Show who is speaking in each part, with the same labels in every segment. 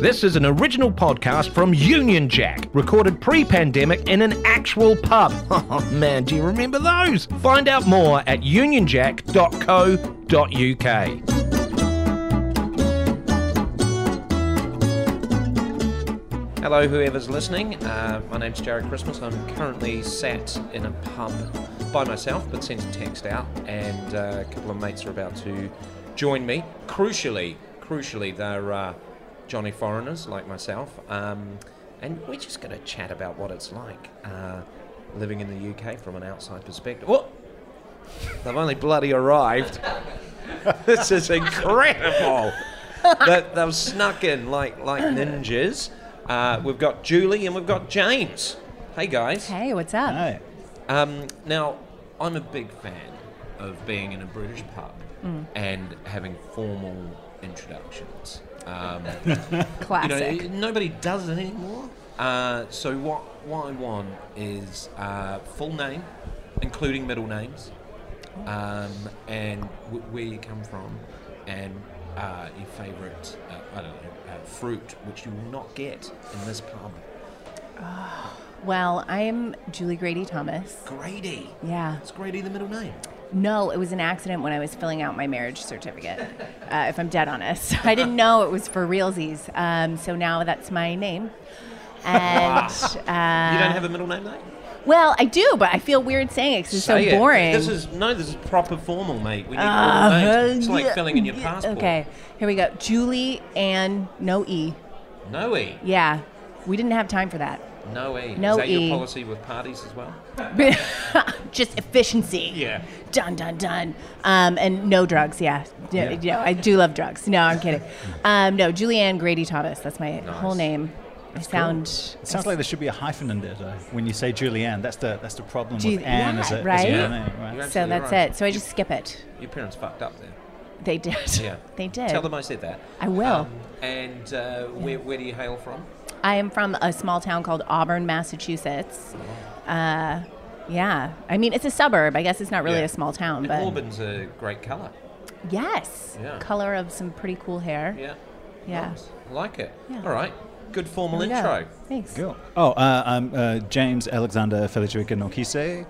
Speaker 1: This is an original podcast from Union Jack, recorded pre pandemic in an actual pub. Oh man, do you remember those? Find out more at unionjack.co.uk. Hello, whoever's listening. Uh, my name's Jared Christmas. I'm currently sat in a pub by myself, but sent a text out, and uh, a couple of mates are about to join me. Crucially, crucially, they're uh, Johnny foreigners like myself, um, and we're just going to chat about what it's like uh, living in the UK from an outside perspective. Oh, they've only bloody arrived. this is incredible. that they've snuck in like like ninjas. Uh, we've got Julie and we've got James. Hey guys.
Speaker 2: Hey, what's up?
Speaker 3: Hi.
Speaker 1: Um, now I'm a big fan of being in a British pub and having formal introductions. Um, you know,
Speaker 2: Classic.
Speaker 1: nobody does it anymore. Uh, so what what I want is uh, full name, including middle names, um, and w- where you come from, and uh, your favourite uh, I don't know uh, fruit, which you will not get in this pub.
Speaker 2: well, I'm Julie Grady Thomas.
Speaker 1: Grady.
Speaker 2: Yeah.
Speaker 1: It's Grady the middle name.
Speaker 2: No, it was an accident when I was filling out my marriage certificate, uh, if I'm dead honest. I didn't know it was for realsies. Um, so now that's my name. And uh,
Speaker 1: you don't have a middle name though.
Speaker 2: well, I do, but I feel weird saying it 'cause it's
Speaker 1: Say
Speaker 2: so
Speaker 1: it.
Speaker 2: boring.
Speaker 1: This is no, this is proper formal, mate. We need
Speaker 2: Uh,
Speaker 1: formal names. It's like
Speaker 2: yeah,
Speaker 1: filling in your
Speaker 2: yeah,
Speaker 1: passport.
Speaker 2: Okay, here we go. Julie and no E.
Speaker 1: No e.
Speaker 2: Yeah, we didn't have time for that.
Speaker 1: No E.
Speaker 2: No
Speaker 1: Is that
Speaker 2: E.
Speaker 1: your policy with parties as well?
Speaker 2: Just efficiency.
Speaker 1: Yeah.
Speaker 2: dun dun dun um, and no drugs yeah, yeah.
Speaker 1: Yeah.
Speaker 2: yeah, i do love drugs no i'm kidding um, no julianne grady thomas that's my whole name i sound
Speaker 3: It sounds like there should be a hyphen in there though. When you say Julianne, that's the that's the problem
Speaker 2: Ju-
Speaker 3: with Anne
Speaker 2: yeah,
Speaker 3: as a, as
Speaker 2: right?
Speaker 3: a
Speaker 2: Yeah.
Speaker 3: name, right?
Speaker 1: You're
Speaker 2: so
Speaker 1: absolutely
Speaker 2: that's
Speaker 1: right.
Speaker 2: it so i just skip it
Speaker 1: Your parents fucked up there.
Speaker 2: they did
Speaker 1: Yeah.
Speaker 2: they did
Speaker 1: Tell them I said that.
Speaker 2: I will.
Speaker 1: and uh, where, where do you hail from?
Speaker 2: i am from a small town called auburn massachusetts
Speaker 1: Oh,
Speaker 2: uh, yeah i mean it's a suburb i guess it's not really
Speaker 1: Yeah.
Speaker 2: a small town
Speaker 1: And
Speaker 2: but
Speaker 1: Auburn's a great colour.
Speaker 2: yes
Speaker 1: Yeah.
Speaker 2: color of some pretty cool hair
Speaker 1: Yeah.
Speaker 2: Yeah.
Speaker 1: Nice. I like it.
Speaker 2: Yeah.
Speaker 1: All right. Good formal
Speaker 2: There we go.
Speaker 1: intro.
Speaker 2: thanks
Speaker 3: Cool. Oh, uh, I'm uh, James Alexander Federica Nokise.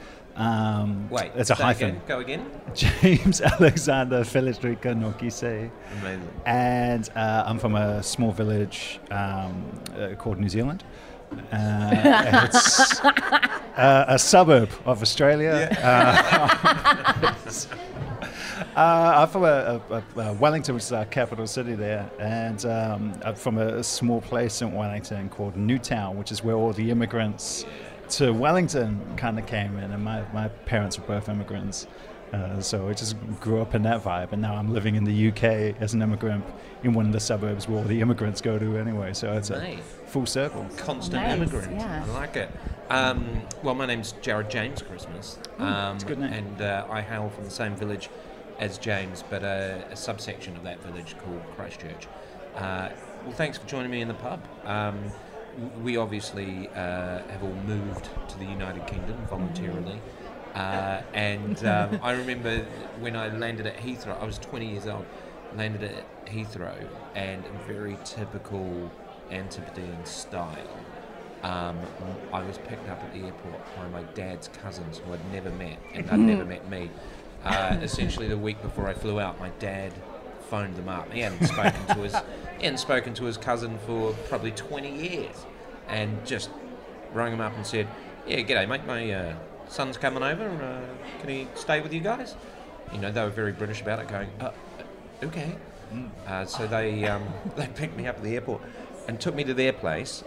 Speaker 3: Um,
Speaker 1: Wait.
Speaker 3: That's a
Speaker 1: say
Speaker 3: hyphen.
Speaker 1: Again. Go again.
Speaker 3: James Alexander Federica Nokise.
Speaker 1: Amazing.
Speaker 3: And uh, I'm from a small village um, uh, called New Zealand. Uh, and it's uh, a suburb of Australia. Uh, I'm from a, a, a, a Wellington, which is our capital city there, and um, I'm from a, a small place in Wellington called Newtown, which is where all the immigrants to Wellington kind of came in. And my, my parents were both immigrants, uh, so I just grew up in that vibe. And now I'm living in the UK as an immigrant in one of the suburbs where all the immigrants go to anyway. So it's a
Speaker 1: Nice.
Speaker 3: full circle.
Speaker 1: Constant
Speaker 2: Nice,
Speaker 1: immigrant.
Speaker 2: yeah.
Speaker 1: I like it. Um, well, my name's Jared James Christmas. Um,
Speaker 3: it's a Oh, good name.
Speaker 1: And uh, I hail from the same village as James, but uh, a subsection of that village called Christchurch. Uh, well, thanks for joining me in the pub. Um, w- we obviously uh, have all moved to the United Kingdom voluntarily.
Speaker 3: Mm-hmm.
Speaker 1: Uh, and um, I remember when I landed at Heathrow, I was 20 years old, landed at Heathrow, and in very typical Antipodean style, um, I was picked up at the airport by my dad's cousins who I'd never met, and they'd never met me. Uh, essentially, the week before I flew out, my dad phoned them up. He hadn't spoken to his, he hadn't spoken to his cousin for probably 20 years, and just rang him up and said, "Yeah, g'day, mate. My uh, son's coming over. Uh, can he stay with you guys?" You know, they were very British about it, going, uh, uh, "Okay." Uh, so they um, they picked me up at the airport and took me to their place,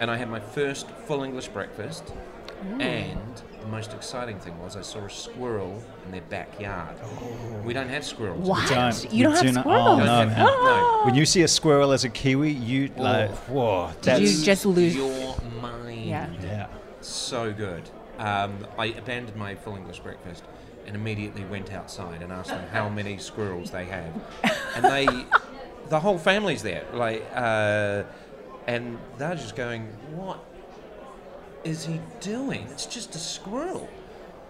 Speaker 1: and I had my first full English breakfast. And the most exciting thing was I saw a squirrel in their backyard.
Speaker 2: Oh.
Speaker 1: We don't have squirrels.
Speaker 2: what
Speaker 3: don't.
Speaker 2: you don't
Speaker 3: We
Speaker 2: have
Speaker 3: do not-
Speaker 2: squirrels
Speaker 3: oh,
Speaker 1: We
Speaker 3: no,
Speaker 1: don't
Speaker 3: man.
Speaker 1: have- no.
Speaker 3: When you see a squirrel as a Kiwi, you like, whoa, that's.
Speaker 2: you just lose-
Speaker 1: your mind.
Speaker 2: Yeah.
Speaker 3: yeah.
Speaker 1: so good. Um, I abandoned my full English breakfast and immediately went outside and asked them how many squirrels they have, and they, the whole family's there, like, uh, and they're just going, "What is he doing? It's just a squirrel."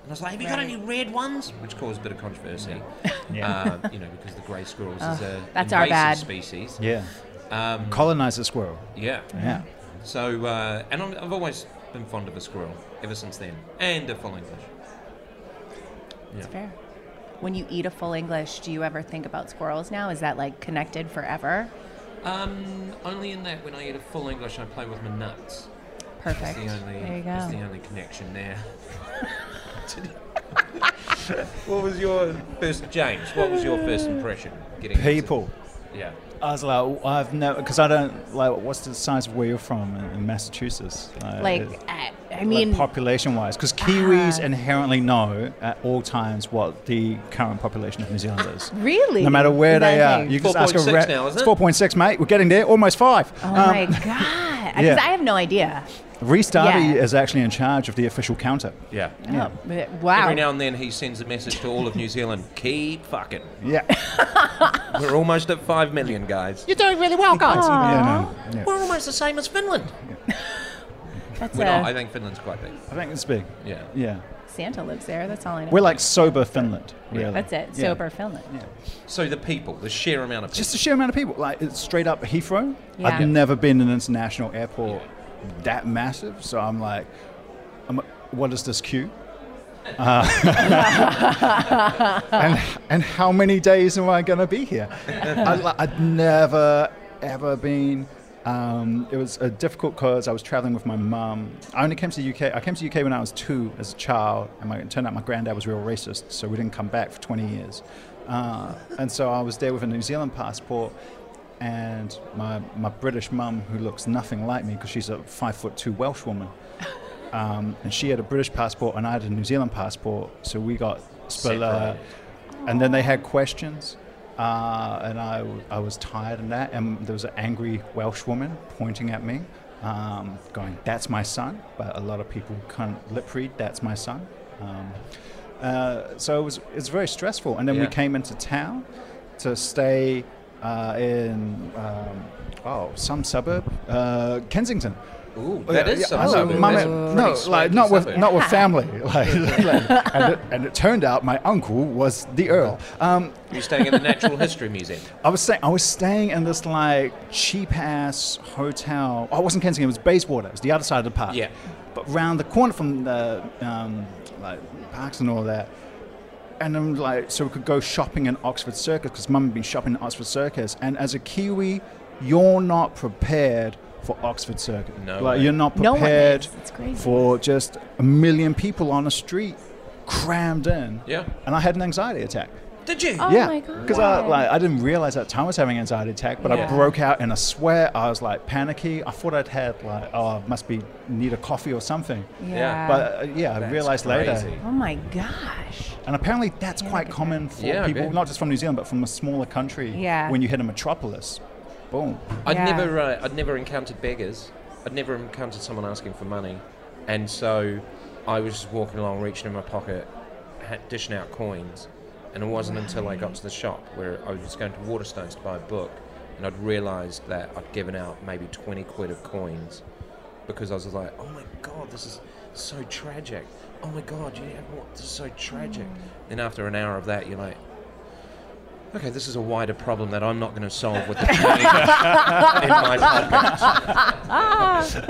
Speaker 1: And I was like, "Have you got any red ones?" Which caused a bit of controversy, Uh,
Speaker 3: Yeah.
Speaker 1: Um, you know, because the grey squirrels is a
Speaker 2: that's our
Speaker 1: invasive
Speaker 2: bad.
Speaker 1: species.
Speaker 3: Yeah.
Speaker 1: Um,
Speaker 3: Colonize a squirrel.
Speaker 1: yeah.
Speaker 3: Yeah.
Speaker 1: So, uh, and I'm, I've always been fond of a squirrel ever since then, and a full English.
Speaker 2: It's fair. When you eat a full English, do you ever think about squirrels now? Is that like connected forever?
Speaker 1: Um, only in that when I eat a full English, I play with my nuts.
Speaker 2: Perfect.
Speaker 1: That's the only,
Speaker 2: there you
Speaker 1: That's the
Speaker 2: go.
Speaker 1: only connection there. what was your first, James? What was your first impression? Getting into-
Speaker 3: People.
Speaker 1: yeah.
Speaker 3: I was like, "Oh, I've never, because I don't, like, what's the size of where you're from in, in Massachusetts?
Speaker 2: Like,
Speaker 3: it-
Speaker 2: I, I mean,
Speaker 3: population wise, because Kiwis
Speaker 2: Ah.
Speaker 3: inherently know at all times what the current population of New Zealand is.
Speaker 2: really?
Speaker 3: No matter where they are,
Speaker 2: Amazing.
Speaker 3: you can just ask a
Speaker 1: 4.6
Speaker 3: rat.
Speaker 1: now, isn't
Speaker 3: it's
Speaker 1: it?
Speaker 3: 4.6, mate. We're getting there. Almost five.
Speaker 2: oh my god! Because
Speaker 3: Um, yeah.
Speaker 2: I have no idea.
Speaker 3: Reece Darby
Speaker 2: Yeah.
Speaker 3: is actually in charge of the official counter.
Speaker 1: Yeah.
Speaker 3: Yeah.
Speaker 2: Oh, but- wow.
Speaker 1: Every now and then he sends a message to all of New Zealand. Keep fucking.
Speaker 3: Yeah.
Speaker 1: We're almost at five million, guys.
Speaker 4: You're doing really well, guys.
Speaker 3: yeah, no, yeah.
Speaker 1: We're almost the same as Finland.
Speaker 2: That's
Speaker 1: We're
Speaker 2: a-
Speaker 1: not. I think Finland's quite big.
Speaker 3: I think it's big.
Speaker 1: Yeah.
Speaker 3: Yeah.
Speaker 2: Santa lives there. That's all I know.
Speaker 3: We're like sober Finland, really.
Speaker 2: That's it.
Speaker 3: Yeah.
Speaker 2: Sober Finland.
Speaker 1: So the people, the sheer amount of people.
Speaker 3: Just the sheer amount of people. Like, it's straight up Heathrow.
Speaker 2: Yeah.
Speaker 3: I've never been in an international airport that massive. So I'm like, I'm, what is this queue? Uh, and, and how many days am I going to be here? I, li- I'd never, ever been. Um, it was uh, difficult because I was traveling with my mum. I only came to the UK. I came to the UK when I was two as a child, and my, it turned out my granddad was real racist, so we didn't come back for 20 years. Uh, and so I was there with a New Zealand passport, and my, my British mum, who looks nothing like me because she's a five foot two Welsh woman, um, and she had a British passport and I had a New Zealand passport, so we got uh, Spiller.
Speaker 1: Separated.
Speaker 3: And then they had questions, uh, and I, w- I was tired of that. And there was an angry Welsh woman pointing at me, um, going, That's my son. But a lot of people can't lip read, That's my son. Um, uh, so it was, it was very stressful. And then we
Speaker 1: Yeah.
Speaker 3: came into town to stay uh, in. Um, Oh, some suburb, uh, Kensington.
Speaker 1: Ooh,
Speaker 3: Oh,
Speaker 1: that is
Speaker 3: I know,
Speaker 1: something.
Speaker 3: mum-
Speaker 1: That's a
Speaker 3: no,
Speaker 1: pretty
Speaker 3: like
Speaker 1: swanky
Speaker 3: not with
Speaker 1: suburb.
Speaker 3: not with family. Like, like- and, it, and it turned out my uncle was the Earl. Um,
Speaker 1: You're staying at the Natural History Museum.
Speaker 3: I was staying I was staying in this like cheap ass hotel. Oh, it wasn't Kensington. It was Bayswater. It was the other side of the park.
Speaker 1: Yeah.
Speaker 3: But round the corner from the um, like parks and all that. And then like so we could go shopping in Oxford Circus because Mum had been shopping in Oxford Circus. And as a Kiwi, you're not prepared for Oxford Circus.
Speaker 1: No
Speaker 3: Like
Speaker 1: way.
Speaker 3: you're not
Speaker 2: No one
Speaker 3: prepared
Speaker 2: is. It's crazy.
Speaker 3: for just a million people on a street crammed in.
Speaker 1: Yeah.
Speaker 3: And I had an anxiety attack.
Speaker 1: Did you?
Speaker 2: Oh
Speaker 3: yeah,
Speaker 2: my god.
Speaker 3: because I like I didn't realize at the time I was having an anxiety attack, but I
Speaker 2: Yeah.
Speaker 3: broke out in a sweat. I was like panicky. I thought I'd had like oh must be need a coffee or something.
Speaker 1: Yeah.
Speaker 2: yeah.
Speaker 3: But uh, yeah, I
Speaker 1: That's
Speaker 3: realized
Speaker 1: crazy.
Speaker 3: later,
Speaker 2: oh my gosh.
Speaker 3: and apparently that's quite common for
Speaker 1: Yeah, I
Speaker 3: people
Speaker 1: bet.
Speaker 3: not just from New Zealand but from a smaller country.
Speaker 2: Yeah.
Speaker 3: when you hit a metropolis, boom.
Speaker 1: I'd
Speaker 2: Yeah.
Speaker 1: never, uh, I'd never encountered beggars. I'd never encountered someone asking for money, and so I was just walking along, reaching in my pocket, ha- dishing out coins, and it wasn't until I got to the shop where I was going to Waterstones to buy a book, and I'd realised that I'd given out maybe twenty quid of coins, because I was like, oh my god, this is so tragic. Oh my god, you have what? This is so tragic. Then after an hour of that, you're like. Okay, this is a wider problem that I'm not going to solve with the money in my podcast.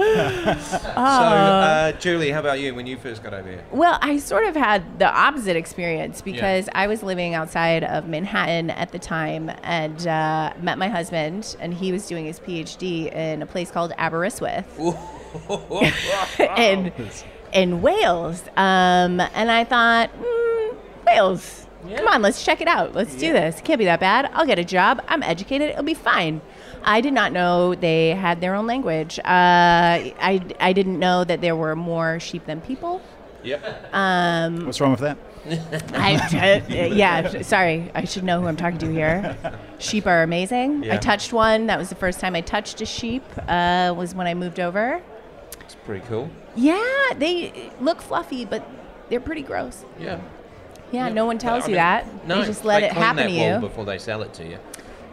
Speaker 1: so, uh, Julie, how about you when you first got over here?
Speaker 2: Well, I sort of had the opposite experience because I was living outside of Manhattan at the time and uh, met my husband, and he was doing his PhD in a place called Aberystwyth. in in Wales. Um, and I thought, mm, Wales. Come on, let's check it out. Let's do this. It can't be that bad. I'll get a job. I'm educated. It'll be fine. I did not know they had their own language. Uh, I, I didn't know that there were more sheep than people.
Speaker 1: Yep.
Speaker 3: What's wrong with that?
Speaker 2: I, uh, yeah, sorry. I should know who I'm talking to here. Sheep are amazing.
Speaker 1: Yeah.
Speaker 2: I touched one. That was the first time I touched a sheep. Uh, was when I moved over.
Speaker 1: It's pretty cool.
Speaker 2: Yeah, they look fluffy, but they're pretty gross.
Speaker 1: Yeah.
Speaker 2: Yeah, no one tells
Speaker 1: I
Speaker 2: you
Speaker 1: mean,
Speaker 2: that.
Speaker 1: No,
Speaker 2: they just let it
Speaker 1: clean
Speaker 2: happen
Speaker 1: that
Speaker 2: to
Speaker 1: wall
Speaker 2: you.
Speaker 1: before they sell it to you.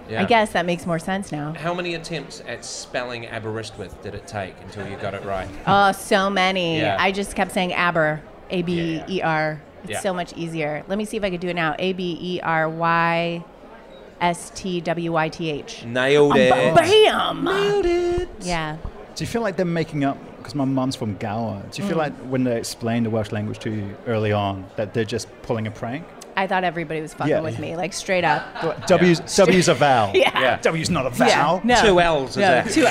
Speaker 1: Yeah.
Speaker 2: I guess that makes more sense now.
Speaker 1: How many attempts at spelling Aberystwyth did it take until you got it right?
Speaker 2: Oh, so many.
Speaker 1: Yeah.
Speaker 2: I just kept saying Aber, A B E R. It's
Speaker 1: Yeah.
Speaker 2: so much easier. Let me see if I could do it now. A B E R Y S T W Y T H.
Speaker 1: Nailed it.
Speaker 2: Bam!
Speaker 1: Nailed it.
Speaker 2: Yeah.
Speaker 3: Do you feel like they're making up? Because my mum's from Gower. Do you
Speaker 2: Mm.
Speaker 3: feel like when they explained the Welsh language to you early on, that they're just pulling a prank?
Speaker 2: I thought everybody was fucking
Speaker 3: Yeah.
Speaker 2: with me, like straight up.
Speaker 3: They're like, W's W's a vowel.
Speaker 2: Uh, Yeah.
Speaker 1: Yeah.
Speaker 3: W's not a
Speaker 2: Yeah.
Speaker 3: vowel.
Speaker 2: No.
Speaker 1: Two L's is
Speaker 2: No,
Speaker 1: it?
Speaker 2: two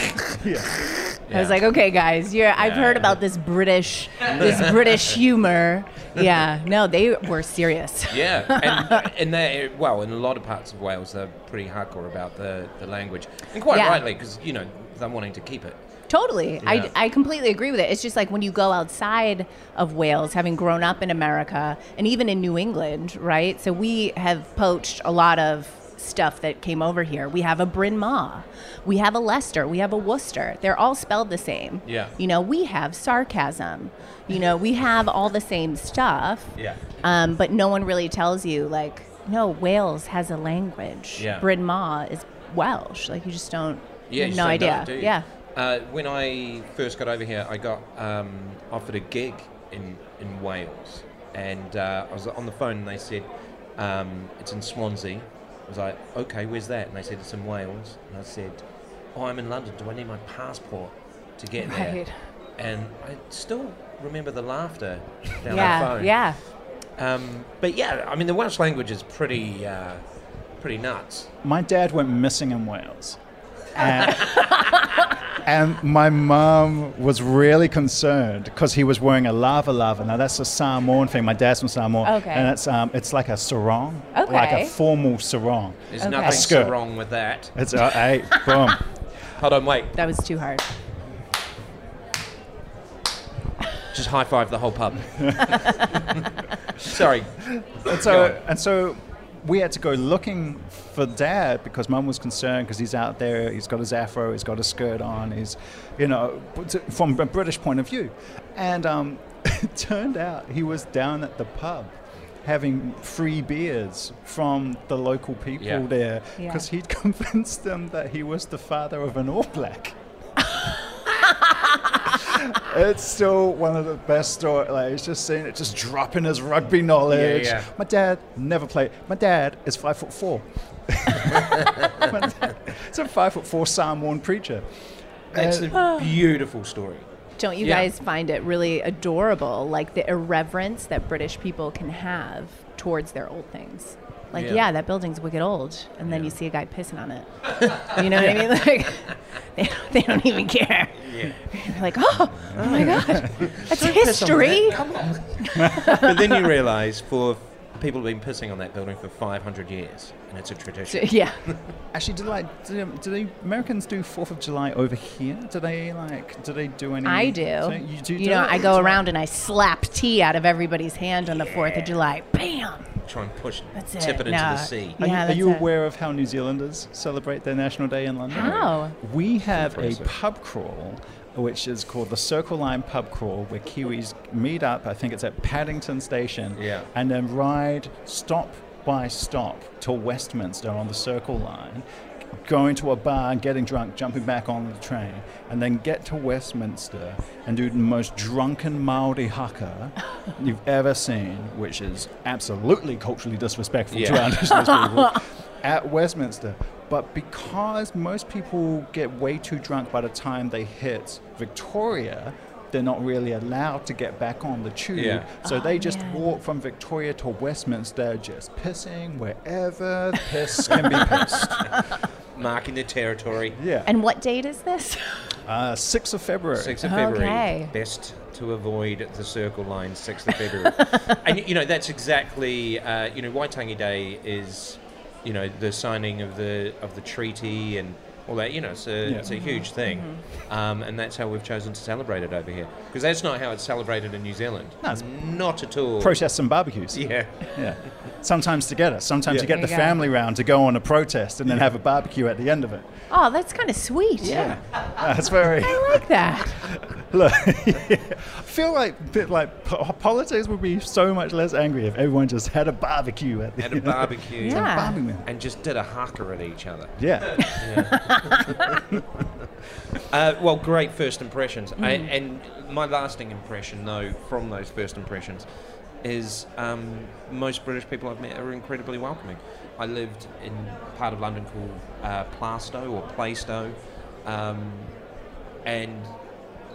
Speaker 2: I was like, okay, guys, you're, I've
Speaker 1: Yeah.
Speaker 2: heard about this British, this British humor. Yeah, no, they were serious.
Speaker 1: Yeah, and, and they well, in a lot of parts of Wales, they're pretty hardcore about the, the language, and quite
Speaker 2: Yeah.
Speaker 1: rightly because you know they're wanting to keep it.
Speaker 2: Totally.
Speaker 1: Yeah.
Speaker 2: I, I completely agree with it. It's just like when you go outside of Wales, having grown up in America and even in New England, right? So we have poached a lot of stuff that came over here. We have a Bryn Mawr, we have a Leicester, we have a Worcester. They're all spelled the same.
Speaker 1: Yeah.
Speaker 2: You know, we have sarcasm. You know, we have all the same stuff.
Speaker 1: Yeah,
Speaker 2: Um, but no one really tells you, like, no, Wales has a language.
Speaker 1: Yeah.
Speaker 2: Bryn Mawr is Welsh. Like, you just don't.
Speaker 1: yeah,
Speaker 2: you
Speaker 1: you
Speaker 2: have no
Speaker 1: just don't know,
Speaker 2: idea.
Speaker 1: do you?
Speaker 2: yeah.
Speaker 1: Uh, when I first got over here, I got um, offered a gig in in Wales, and uh, I was on the phone, and they said um, it's in Swansea. I was like, okay, where's that? And they said it's in Wales, and I said, oh, I'm in London. Do I need my passport to get
Speaker 2: Right.
Speaker 1: there? And I still remember the laughter down the
Speaker 2: Yeah.
Speaker 1: phone.
Speaker 2: Yeah.
Speaker 1: Um, but yeah, I mean, the Welsh language is pretty, uh, pretty nuts.
Speaker 3: My dad went missing in Wales. And, and my mum was really concerned because he was wearing a lava lava. Now, that's a Samoan thing. My dad's from Samoa.
Speaker 2: Okay.
Speaker 3: And it's, um, it's like a sarong, like
Speaker 2: Okay.
Speaker 3: a formal sarong.
Speaker 1: There's
Speaker 2: Okay.
Speaker 1: nothing
Speaker 2: A
Speaker 3: skirt.
Speaker 1: so wrong with that.
Speaker 3: It's uh, hey, boom.
Speaker 1: Hold on, wait.
Speaker 2: That was too hard.
Speaker 1: Just high five the whole pub. Sorry.
Speaker 3: And
Speaker 1: Go
Speaker 3: so,
Speaker 1: on.
Speaker 3: and so we had to go looking for dad because mum was concerned because he's out there, he's got his afro, he's got a skirt on, he's, you know, but from a British point of view. And um, it turned out he was down at the pub having free beers from the local people
Speaker 1: Yeah.
Speaker 3: there
Speaker 2: Yeah.
Speaker 3: because he'd convinced them that he was the father of an All Black. It's still one of the best stories. Like, it's just seeing it just dropping his rugby knowledge.
Speaker 1: Yeah, yeah.
Speaker 3: My dad never played. My dad is five foot four. My dad- it's a five foot four Samoan preacher. uh,
Speaker 1: That's a beautiful story.
Speaker 2: Don't you
Speaker 1: Yeah.
Speaker 2: guys find it really adorable, like the irreverence that British people can have towards their old things? Like,
Speaker 1: Yeah.
Speaker 2: yeah, that building's wicked old, and then you see a guy pissing on it. you know
Speaker 1: Yeah.
Speaker 2: what I mean? Like, they, they don't even care.
Speaker 1: Yeah.
Speaker 2: They're like, oh, oh my god, that's history.
Speaker 1: Come on. but then you realise for people have been pissing on that building for 500 years, and it's a
Speaker 2: So,
Speaker 1: tradition.
Speaker 2: yeah,
Speaker 3: Actually, did like do, do the Americans do Fourth of July over here? Do they like? Do they do any?
Speaker 2: I do.
Speaker 3: You do.
Speaker 2: you
Speaker 3: do
Speaker 2: know,
Speaker 3: it?
Speaker 2: I go
Speaker 3: It's
Speaker 2: around and I slap tea out of everybody's hand on the Fourth of July. Bam.
Speaker 1: Try and push,
Speaker 2: That's
Speaker 1: tip
Speaker 2: it.
Speaker 1: it into
Speaker 2: No.
Speaker 1: the sea.
Speaker 2: Yeah,
Speaker 3: Are, you, are
Speaker 2: that's
Speaker 3: you
Speaker 2: it.
Speaker 3: aware of how New Zealanders celebrate their National Day in London?
Speaker 2: How?
Speaker 3: We have a
Speaker 1: Impressive.
Speaker 3: pub crawl, which is called the Circle Line Pub Crawl, where Kiwis meet up. I think it's at Paddington Station.
Speaker 1: Yeah.
Speaker 3: And then ride stop by stop to Westminster on the Circle Line. Going to a bar, getting drunk, jumping back on the train, and then get to Westminster and do the most drunken Maori haka you've ever seen, which is absolutely culturally disrespectful
Speaker 1: Yeah.
Speaker 3: to our indigenous people at Westminster. But because most people get way too drunk by the time they hit Victoria, they're not really allowed to get back on the tube.
Speaker 1: Yeah.
Speaker 3: So they just
Speaker 2: man.
Speaker 3: walk from Victoria to Westminster, just pissing wherever piss can be pissed.
Speaker 1: Marking the territory.
Speaker 3: Yeah.
Speaker 2: And what date is this?
Speaker 3: uh, 6th of February.
Speaker 1: 6th of February.
Speaker 2: Okay.
Speaker 1: Best to avoid the circle line, 6th of February. and, you know, that's exactly, uh, you know, Waitangi Day is, you know, the signing of the of the treaty and all that. You know, it's a,
Speaker 3: Yeah.
Speaker 1: it's a
Speaker 2: Mm-hmm.
Speaker 1: huge thing. Um, and that's how we've chosen to celebrate it over here. Because that's not how it's celebrated in New Zealand.
Speaker 3: No, it's-
Speaker 1: not at all.
Speaker 3: Protests and barbecues.
Speaker 1: Yeah.
Speaker 3: Yeah. Sometimes together. Sometimes
Speaker 1: Yeah.
Speaker 3: you get
Speaker 2: There
Speaker 3: the
Speaker 2: you go.
Speaker 3: family round to go on a protest and then have a barbecue at the end of it.
Speaker 2: Oh, that's kind of sweet.
Speaker 1: Yeah.
Speaker 3: That's very.
Speaker 2: I like that.
Speaker 3: Look, I feel like bit like po- politics would be so much less angry if everyone just had a barbecue at the
Speaker 1: At a barbecue.
Speaker 2: Yeah.
Speaker 3: barbecue.
Speaker 1: And just did a haka at each other.
Speaker 3: Yeah,
Speaker 1: Uh, well, great first impressions. I, and my lasting impression, though, from those first impressions is um, most British people I've met are incredibly welcoming. I lived in part of London called uh, Plasto or Playsto, um, and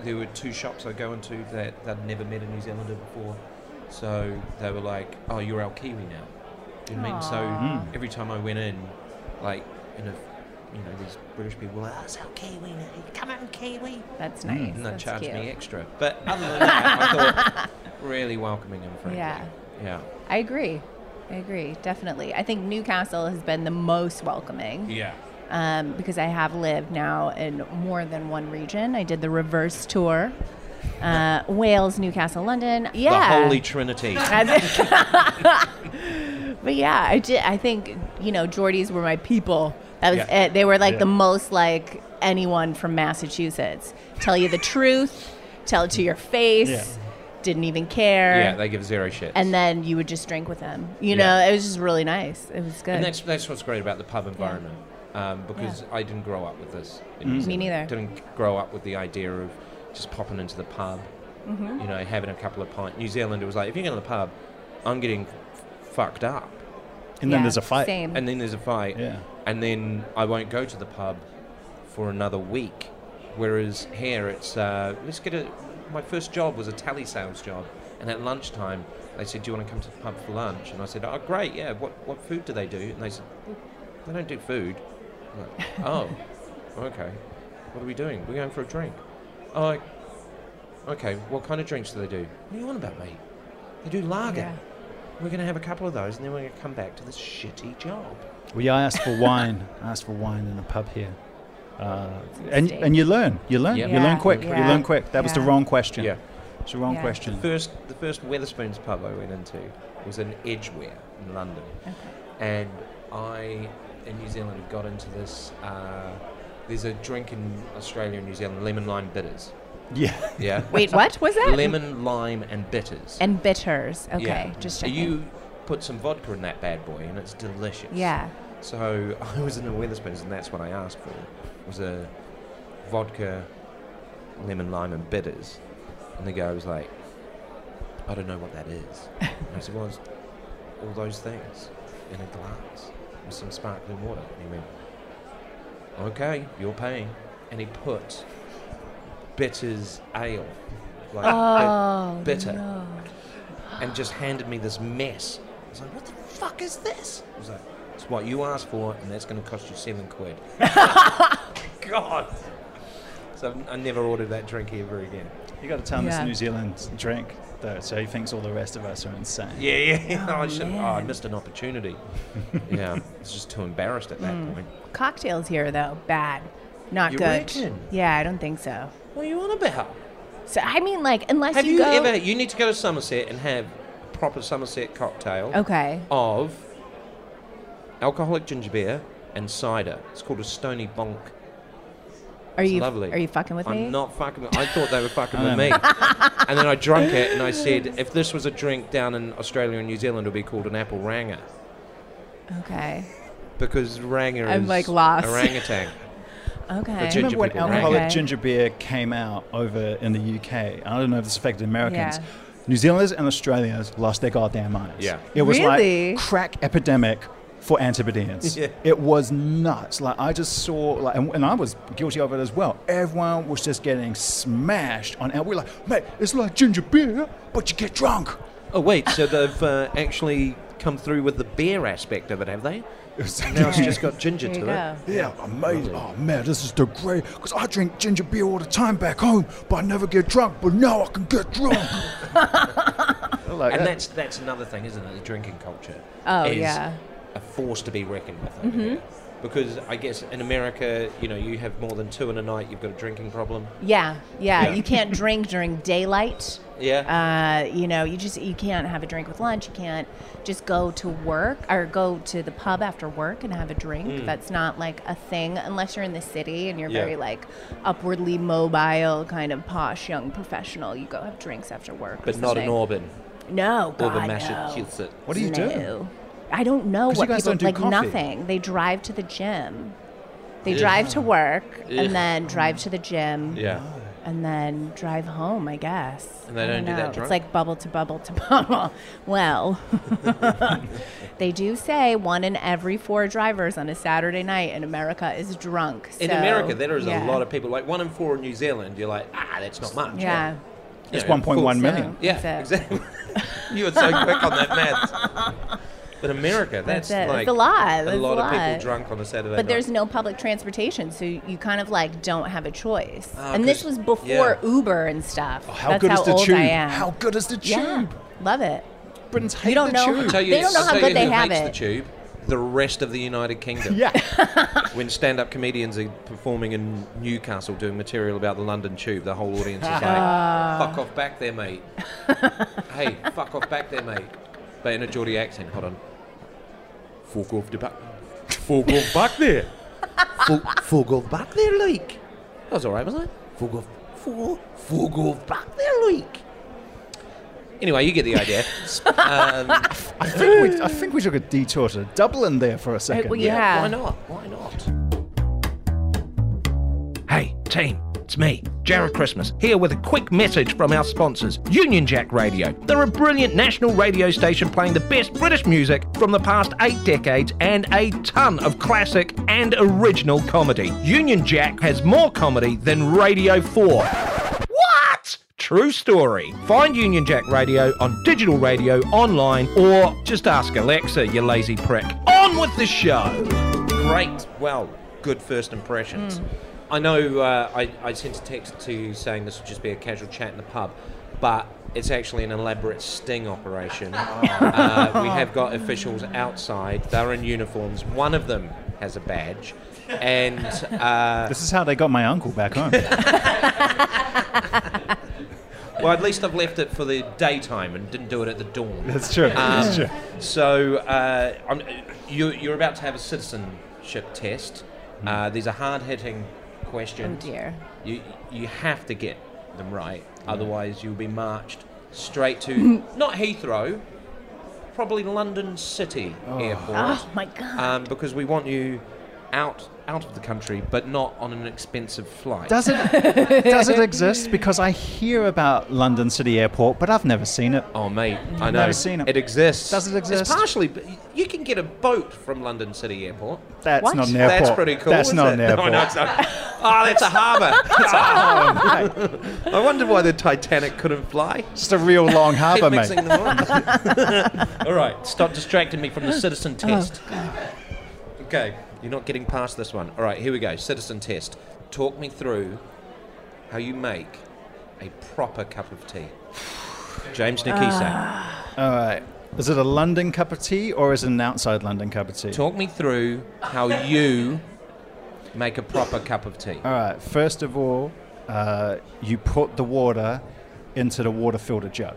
Speaker 1: there were two shops I go into that I'd never met a New Zealander before. So they were like, "Oh, you're our Kiwi now." Do you know what I mean?
Speaker 2: Aw.
Speaker 1: So every time I went in, like, and if you know these British people, were like, "Oh, it's our Kiwi now. Come on, Kiwi."
Speaker 2: That's nice.
Speaker 1: and they
Speaker 2: That's
Speaker 1: Mm, charged
Speaker 2: cute.
Speaker 1: me extra. But other than that, I thought really welcoming and friendly.
Speaker 2: Yeah.
Speaker 1: Yeah.
Speaker 2: I agree. I agree, definitely. I think Newcastle has been the most welcoming
Speaker 1: Yeah.
Speaker 2: um, because I have lived now in more than one region. I did the reverse tour uh, Wales, Newcastle, London. Yeah.
Speaker 1: The Holy Trinity.
Speaker 2: That's it. but yeah, I did. I think you know, Geordies were my people. That was
Speaker 1: Yeah.
Speaker 2: it. They were like
Speaker 3: Yeah.
Speaker 2: the most like anyone from Massachusetts. Tell you the truth, tell it to your face.
Speaker 3: Yeah.
Speaker 2: Didn't even care.
Speaker 1: yeah, they give zero shit.
Speaker 2: and then you would just drink with them. You
Speaker 1: Yeah.
Speaker 2: know, it was just really nice. It was
Speaker 1: And
Speaker 2: good.
Speaker 1: that's that's what's great about the pub environment, um, because I didn't grow up with this. in New
Speaker 2: Me
Speaker 1: Zealand.
Speaker 2: neither.
Speaker 1: Didn't grow up with the idea of just popping into the pub,
Speaker 2: Mm-hmm.
Speaker 1: you know, having a couple of pints. New Zealand, it was like if you go to the pub, I'm getting f- fucked up,
Speaker 3: And
Speaker 2: Yeah,
Speaker 3: then there's a fight.
Speaker 2: Same.
Speaker 1: and then there's a fight,
Speaker 3: Yeah.
Speaker 1: and then I won't go to the pub for another week. Whereas here, it's uh, let's get a. My first job was a tally sales job, and at lunchtime they said, "Do you want to come to the pub for lunch?" And I said, "Oh, great, yeah. What what food do they do?" And they said, "Well, "They don't do food." I'm like, oh, okay. What are we doing? We're going for a drink. Oh, okay. What kind of drinks do they do? What are you on about, mate? They do lager.
Speaker 2: Yeah.
Speaker 1: We're going to have a couple of those, and then we're going to come back to this shitty job.
Speaker 3: Well, yeah, I asked for wine. I asked for wine in a pub here. Uh, and,
Speaker 2: mistake.
Speaker 3: and you learn. You learn.
Speaker 1: Yeah.
Speaker 3: You learn
Speaker 2: Yeah,
Speaker 3: quick. You
Speaker 2: yeah,
Speaker 3: learn quick. That was the
Speaker 2: yeah.
Speaker 3: wrong question.
Speaker 1: Yeah.
Speaker 3: It's the wrong
Speaker 2: Yeah.
Speaker 3: question.
Speaker 1: First, the first Weatherspoons pub I went into was in Edgware in London, and I in New Zealand had got into this. Uh, there's a drink in Australia and New Zealand, lemon lime bitters.
Speaker 3: Yeah.
Speaker 1: Yeah,
Speaker 2: Wait, what was that?
Speaker 1: lemon lime and bitters.
Speaker 2: and bitters. Okay, just
Speaker 1: So
Speaker 2: checking.
Speaker 1: you put some vodka in that bad boy, and it's delicious.
Speaker 2: yeah.
Speaker 1: So I was in the Weatherspoons, and that's what I asked for was a vodka, lemon lime, and bitters. And the guy was like, "I don't know what that is." And I said, "Well, it's all those things in a glass with some sparkling water." And he went, "Okay, you're paying," and he put bitters ale, like
Speaker 2: Oh,
Speaker 1: bitter
Speaker 2: no.
Speaker 1: and just handed me this mess. I was like, what the fuck is this? I was like, it's what you asked for, and that's going to cost you seven quid. God. So I never ordered that drink ever again.
Speaker 3: You got to turn
Speaker 2: Yeah.
Speaker 3: this New Zealand drink, though, so he thinks all the rest of us are insane.
Speaker 1: Yeah, yeah.
Speaker 2: Oh,
Speaker 1: I, should, oh, I
Speaker 2: man.
Speaker 1: missed an opportunity. yeah, I was just too embarrassed at that
Speaker 2: Hmm.
Speaker 1: point.
Speaker 2: Cocktails here though, bad, not
Speaker 1: You
Speaker 2: good.
Speaker 1: reckon?
Speaker 2: Yeah, I don't think so.
Speaker 1: What are you on about?
Speaker 2: So I mean, like, unless
Speaker 1: Have you,
Speaker 2: go.
Speaker 1: ever? You need to go to Somerset and have a proper Somerset cocktail
Speaker 2: okay.
Speaker 1: of alcoholic ginger beer and cider. It's called a Stony Bonk.
Speaker 2: Are
Speaker 1: It's
Speaker 2: you
Speaker 1: lovely.
Speaker 2: Are you fucking with
Speaker 1: I'm
Speaker 2: me?
Speaker 1: not fucking. With, I thought they were fucking with
Speaker 3: I
Speaker 1: me, and then I drunk it, and I said, if this was a drink down in Australia and New Zealand, it would be called an apple ranger,
Speaker 2: Okay.
Speaker 1: because ranger
Speaker 2: I'm,
Speaker 1: is
Speaker 2: like, lost.
Speaker 1: orangutan.
Speaker 2: Okay.
Speaker 3: Do you
Speaker 1: Ginger
Speaker 3: remember when
Speaker 1: people, right?
Speaker 3: alcoholic
Speaker 2: Okay.
Speaker 3: ginger beer came out over in the UK? I don't know if this affected Americans.
Speaker 2: Yeah.
Speaker 3: New Zealanders and Australians lost their goddamn minds.
Speaker 1: Yeah.
Speaker 3: It was
Speaker 2: Really?
Speaker 3: like crack epidemic for Antipodeans.
Speaker 1: Yeah.
Speaker 3: It was nuts. Like I just saw like and, and I was guilty of it as well. Everyone was just getting smashed on and we're like, mate, it's like ginger beer, but you get drunk.
Speaker 1: Oh wait, so they've uh, actually come through with the beer aspect of it, have they?
Speaker 3: It was
Speaker 1: Now it's
Speaker 2: Right.
Speaker 1: just got ginger to
Speaker 2: There you
Speaker 1: it.
Speaker 2: go.
Speaker 3: Yeah, amazing. Oh man, this is the great. Because I drink ginger beer all the time back home, but I never get drunk. But now I can get drunk. like
Speaker 1: And
Speaker 3: that.
Speaker 1: that's that's another thing, isn't it? The drinking culture.
Speaker 2: Oh,
Speaker 1: is
Speaker 2: yeah. Mm-hmm.
Speaker 1: A force to be reckoned with. over there. Because I guess in America, you know, you have more than two in a night, you've got a drinking problem.
Speaker 2: Yeah, yeah.
Speaker 1: Yeah.
Speaker 2: You can't drink during daylight.
Speaker 1: Yeah.
Speaker 2: Uh, you know, you just you can't have a drink with lunch. You can't just go to work or go to the pub after work and have a drink. That's not like a thing unless you're in the city and you're
Speaker 1: Hmm. Yeah.
Speaker 2: very like upwardly mobile, kind of posh young professional. You go have drinks after work, or
Speaker 1: but not in
Speaker 2: something.
Speaker 1: Auburn
Speaker 2: No,
Speaker 1: or
Speaker 2: God,
Speaker 1: the
Speaker 2: no.
Speaker 1: Massachusetts.
Speaker 3: What do you do?
Speaker 2: No. I don't know
Speaker 3: 'Cause you
Speaker 2: what
Speaker 3: guys
Speaker 2: people
Speaker 3: don't do
Speaker 2: like.
Speaker 3: coffee.
Speaker 2: Nothing. They drive to the gym. They
Speaker 1: Yeah.
Speaker 2: drive to work
Speaker 1: Yeah.
Speaker 2: and then drive to the gym.
Speaker 1: Yeah.
Speaker 2: and then drive home, I guess.
Speaker 1: And they
Speaker 2: I
Speaker 1: don't do that
Speaker 2: know.
Speaker 1: drunk?
Speaker 2: It's like bubble to bubble to bubble. Well, they do say one in every four drivers on a Saturday night in America is drunk.
Speaker 1: In
Speaker 2: so-
Speaker 1: America, there is
Speaker 2: yeah.
Speaker 1: a lot of people. Like one in four in New Zealand, you're like, ah, that's not much.
Speaker 2: Yeah.
Speaker 1: You
Speaker 5: It's
Speaker 1: know,
Speaker 5: 1.1
Speaker 2: so-
Speaker 5: million.
Speaker 1: Yeah,
Speaker 2: That's
Speaker 1: exactly. you were so quick on that math. But America, that's,
Speaker 2: That's it. It's
Speaker 1: like
Speaker 2: a lot.
Speaker 1: A
Speaker 2: That's
Speaker 1: lot
Speaker 2: a
Speaker 1: of people
Speaker 2: lot.
Speaker 1: drunk on a Saturday
Speaker 2: But there's
Speaker 1: night.
Speaker 2: no public transportation, so you kind of like don't have a choice.
Speaker 1: Ah,
Speaker 2: and this
Speaker 1: 'cause-
Speaker 2: was before
Speaker 1: yeah. Oh,
Speaker 2: Uber and stuff.
Speaker 5: How
Speaker 2: That's
Speaker 5: good
Speaker 2: how
Speaker 5: is the
Speaker 2: old
Speaker 5: tube?
Speaker 2: I am.
Speaker 5: How good is the tube?
Speaker 2: yeah, love it.
Speaker 5: Britain's hate
Speaker 2: don't
Speaker 5: the
Speaker 2: know-
Speaker 5: tube.
Speaker 1: Tell you,
Speaker 2: they don't know
Speaker 1: I'll
Speaker 2: how
Speaker 1: tell
Speaker 2: good
Speaker 1: you
Speaker 2: they
Speaker 1: who
Speaker 2: have
Speaker 1: hates
Speaker 2: it.
Speaker 1: the tube. The rest of the United Kingdom.
Speaker 5: Yeah.
Speaker 1: When stand-up comedians are performing in Newcastle doing material about the London Tube, the whole audience is like, "Fuck off back there, mate." hey, fuck off back there, mate. But in a Geordie accent. Hold on. Fuck off the back. Fuck off back there. Fuck, fuck off back there, like. That was all right, wasn't it? Fuck off. Fuck, fuck off back there, like. Anyway, you get the idea. um,
Speaker 5: I think we I think we took a detour to Dublin there for a second.
Speaker 2: well, Yeah.
Speaker 1: Why not? Why not?
Speaker 6: Hey, team, it's me, Jared Christmas, here with a quick message from our sponsors, Union Jack Radio. They're a brilliant national radio station playing the best British music from the past eight decades and a ton of classic and original comedy. Union Jack has more comedy than Radio 4. What? True story. Find Union Jack Radio on digital radio, online, or just ask Alexa, you lazy prick. On with the show.
Speaker 1: Great. Well, good first impressions.
Speaker 6: Hmm.
Speaker 1: I know uh, I, I sent a text to you saying this would just be a casual chat in the pub, but it's actually an elaborate sting operation. uh, we have got officials outside. They're in uniforms. One of them has a badge. And uh,
Speaker 5: This is how they got my uncle back home.
Speaker 1: well, at least I've left it for the daytime and didn't do it at the dawn. Um,
Speaker 5: That's true.
Speaker 1: Ah.
Speaker 5: That's true.
Speaker 1: So uh, I'm, you, you're about to have a citizenship test.
Speaker 5: Hmm.
Speaker 1: Uh, these are hard-hitting questions.
Speaker 2: Oh, dear.
Speaker 1: You you have to get them right,
Speaker 5: Hmm.
Speaker 1: otherwise you'll be marched straight to not Heathrow, probably London City Airport,
Speaker 2: Oh my god.
Speaker 1: um, because we want you out out of the country, but not on an expensive flight.
Speaker 5: Does it does it exist? Because I hear about London City Airport, but I've never seen it.
Speaker 1: Oh mate, I know
Speaker 5: Never seen it.
Speaker 1: exists.
Speaker 5: Does it
Speaker 1: It's
Speaker 5: exist?
Speaker 1: partially, but you can get a boat from London City Airport.
Speaker 5: That's
Speaker 2: What?
Speaker 5: not an airport.
Speaker 1: That's pretty cool.
Speaker 5: That's
Speaker 1: isn't
Speaker 5: not
Speaker 1: it?
Speaker 5: an airport.
Speaker 1: No, no, it's not. Oh, that's a harbour. I wonder why the Titanic couldn't fly.
Speaker 5: Just a real long harbour,
Speaker 1: Keep
Speaker 5: mate.
Speaker 1: mixing them up. All right, stop distracting me from the citizen
Speaker 5: Oh,
Speaker 1: test. okay, you're not getting past this one. All right, here we go. Citizen test. Talk me through how you make a proper cup of tea. James
Speaker 5: Ah.
Speaker 1: Nikisa,
Speaker 5: All right. Is it a London cup of tea or is it an outside London cup of tea?
Speaker 1: talk me through how you make a proper cup of tea.
Speaker 5: All right. First of all, uh, you put the water into the water filter jug.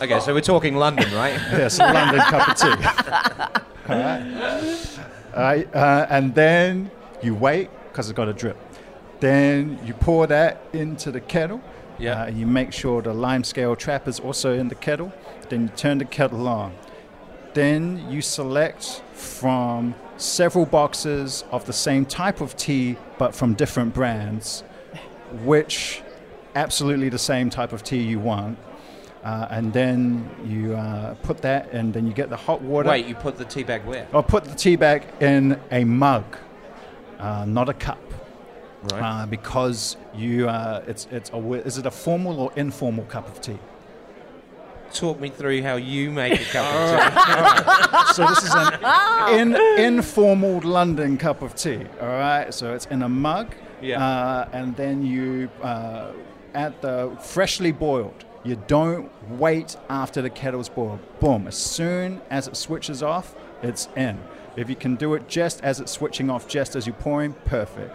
Speaker 1: Okay, so we're talking London, right?
Speaker 5: Yes, a London cup of tea. All right. All right. Uh, and then you wait because it's got to drip. Then you pour that into the kettle.
Speaker 1: Yeah.
Speaker 5: Uh, you make sure the lime scale trap is also in the kettle. Then you turn the kettle on. Then you select from several boxes of the same type of tea, but from different brands, which absolutely the same type of tea you want. Uh, and then you uh, put that, and then you get the hot water.
Speaker 1: Wait, you put the tea bag where?
Speaker 5: Or put the tea bag in a mug, uh, not a cup,
Speaker 1: Right.
Speaker 5: uh, because you uh, it's it's a, wi- is it a formal or informal cup of tea?
Speaker 1: Talk me through how you make a cup of tea.
Speaker 5: So this is an in, informal London cup of tea. All right, so it's in a mug,
Speaker 1: Yeah.
Speaker 5: uh, and then you uh, add the freshly boiled. You don't wait after the kettle's boiled. Boom! As soon as it switches off, it's in. If you can do it just as it's switching off, just as you're pouring, perfect.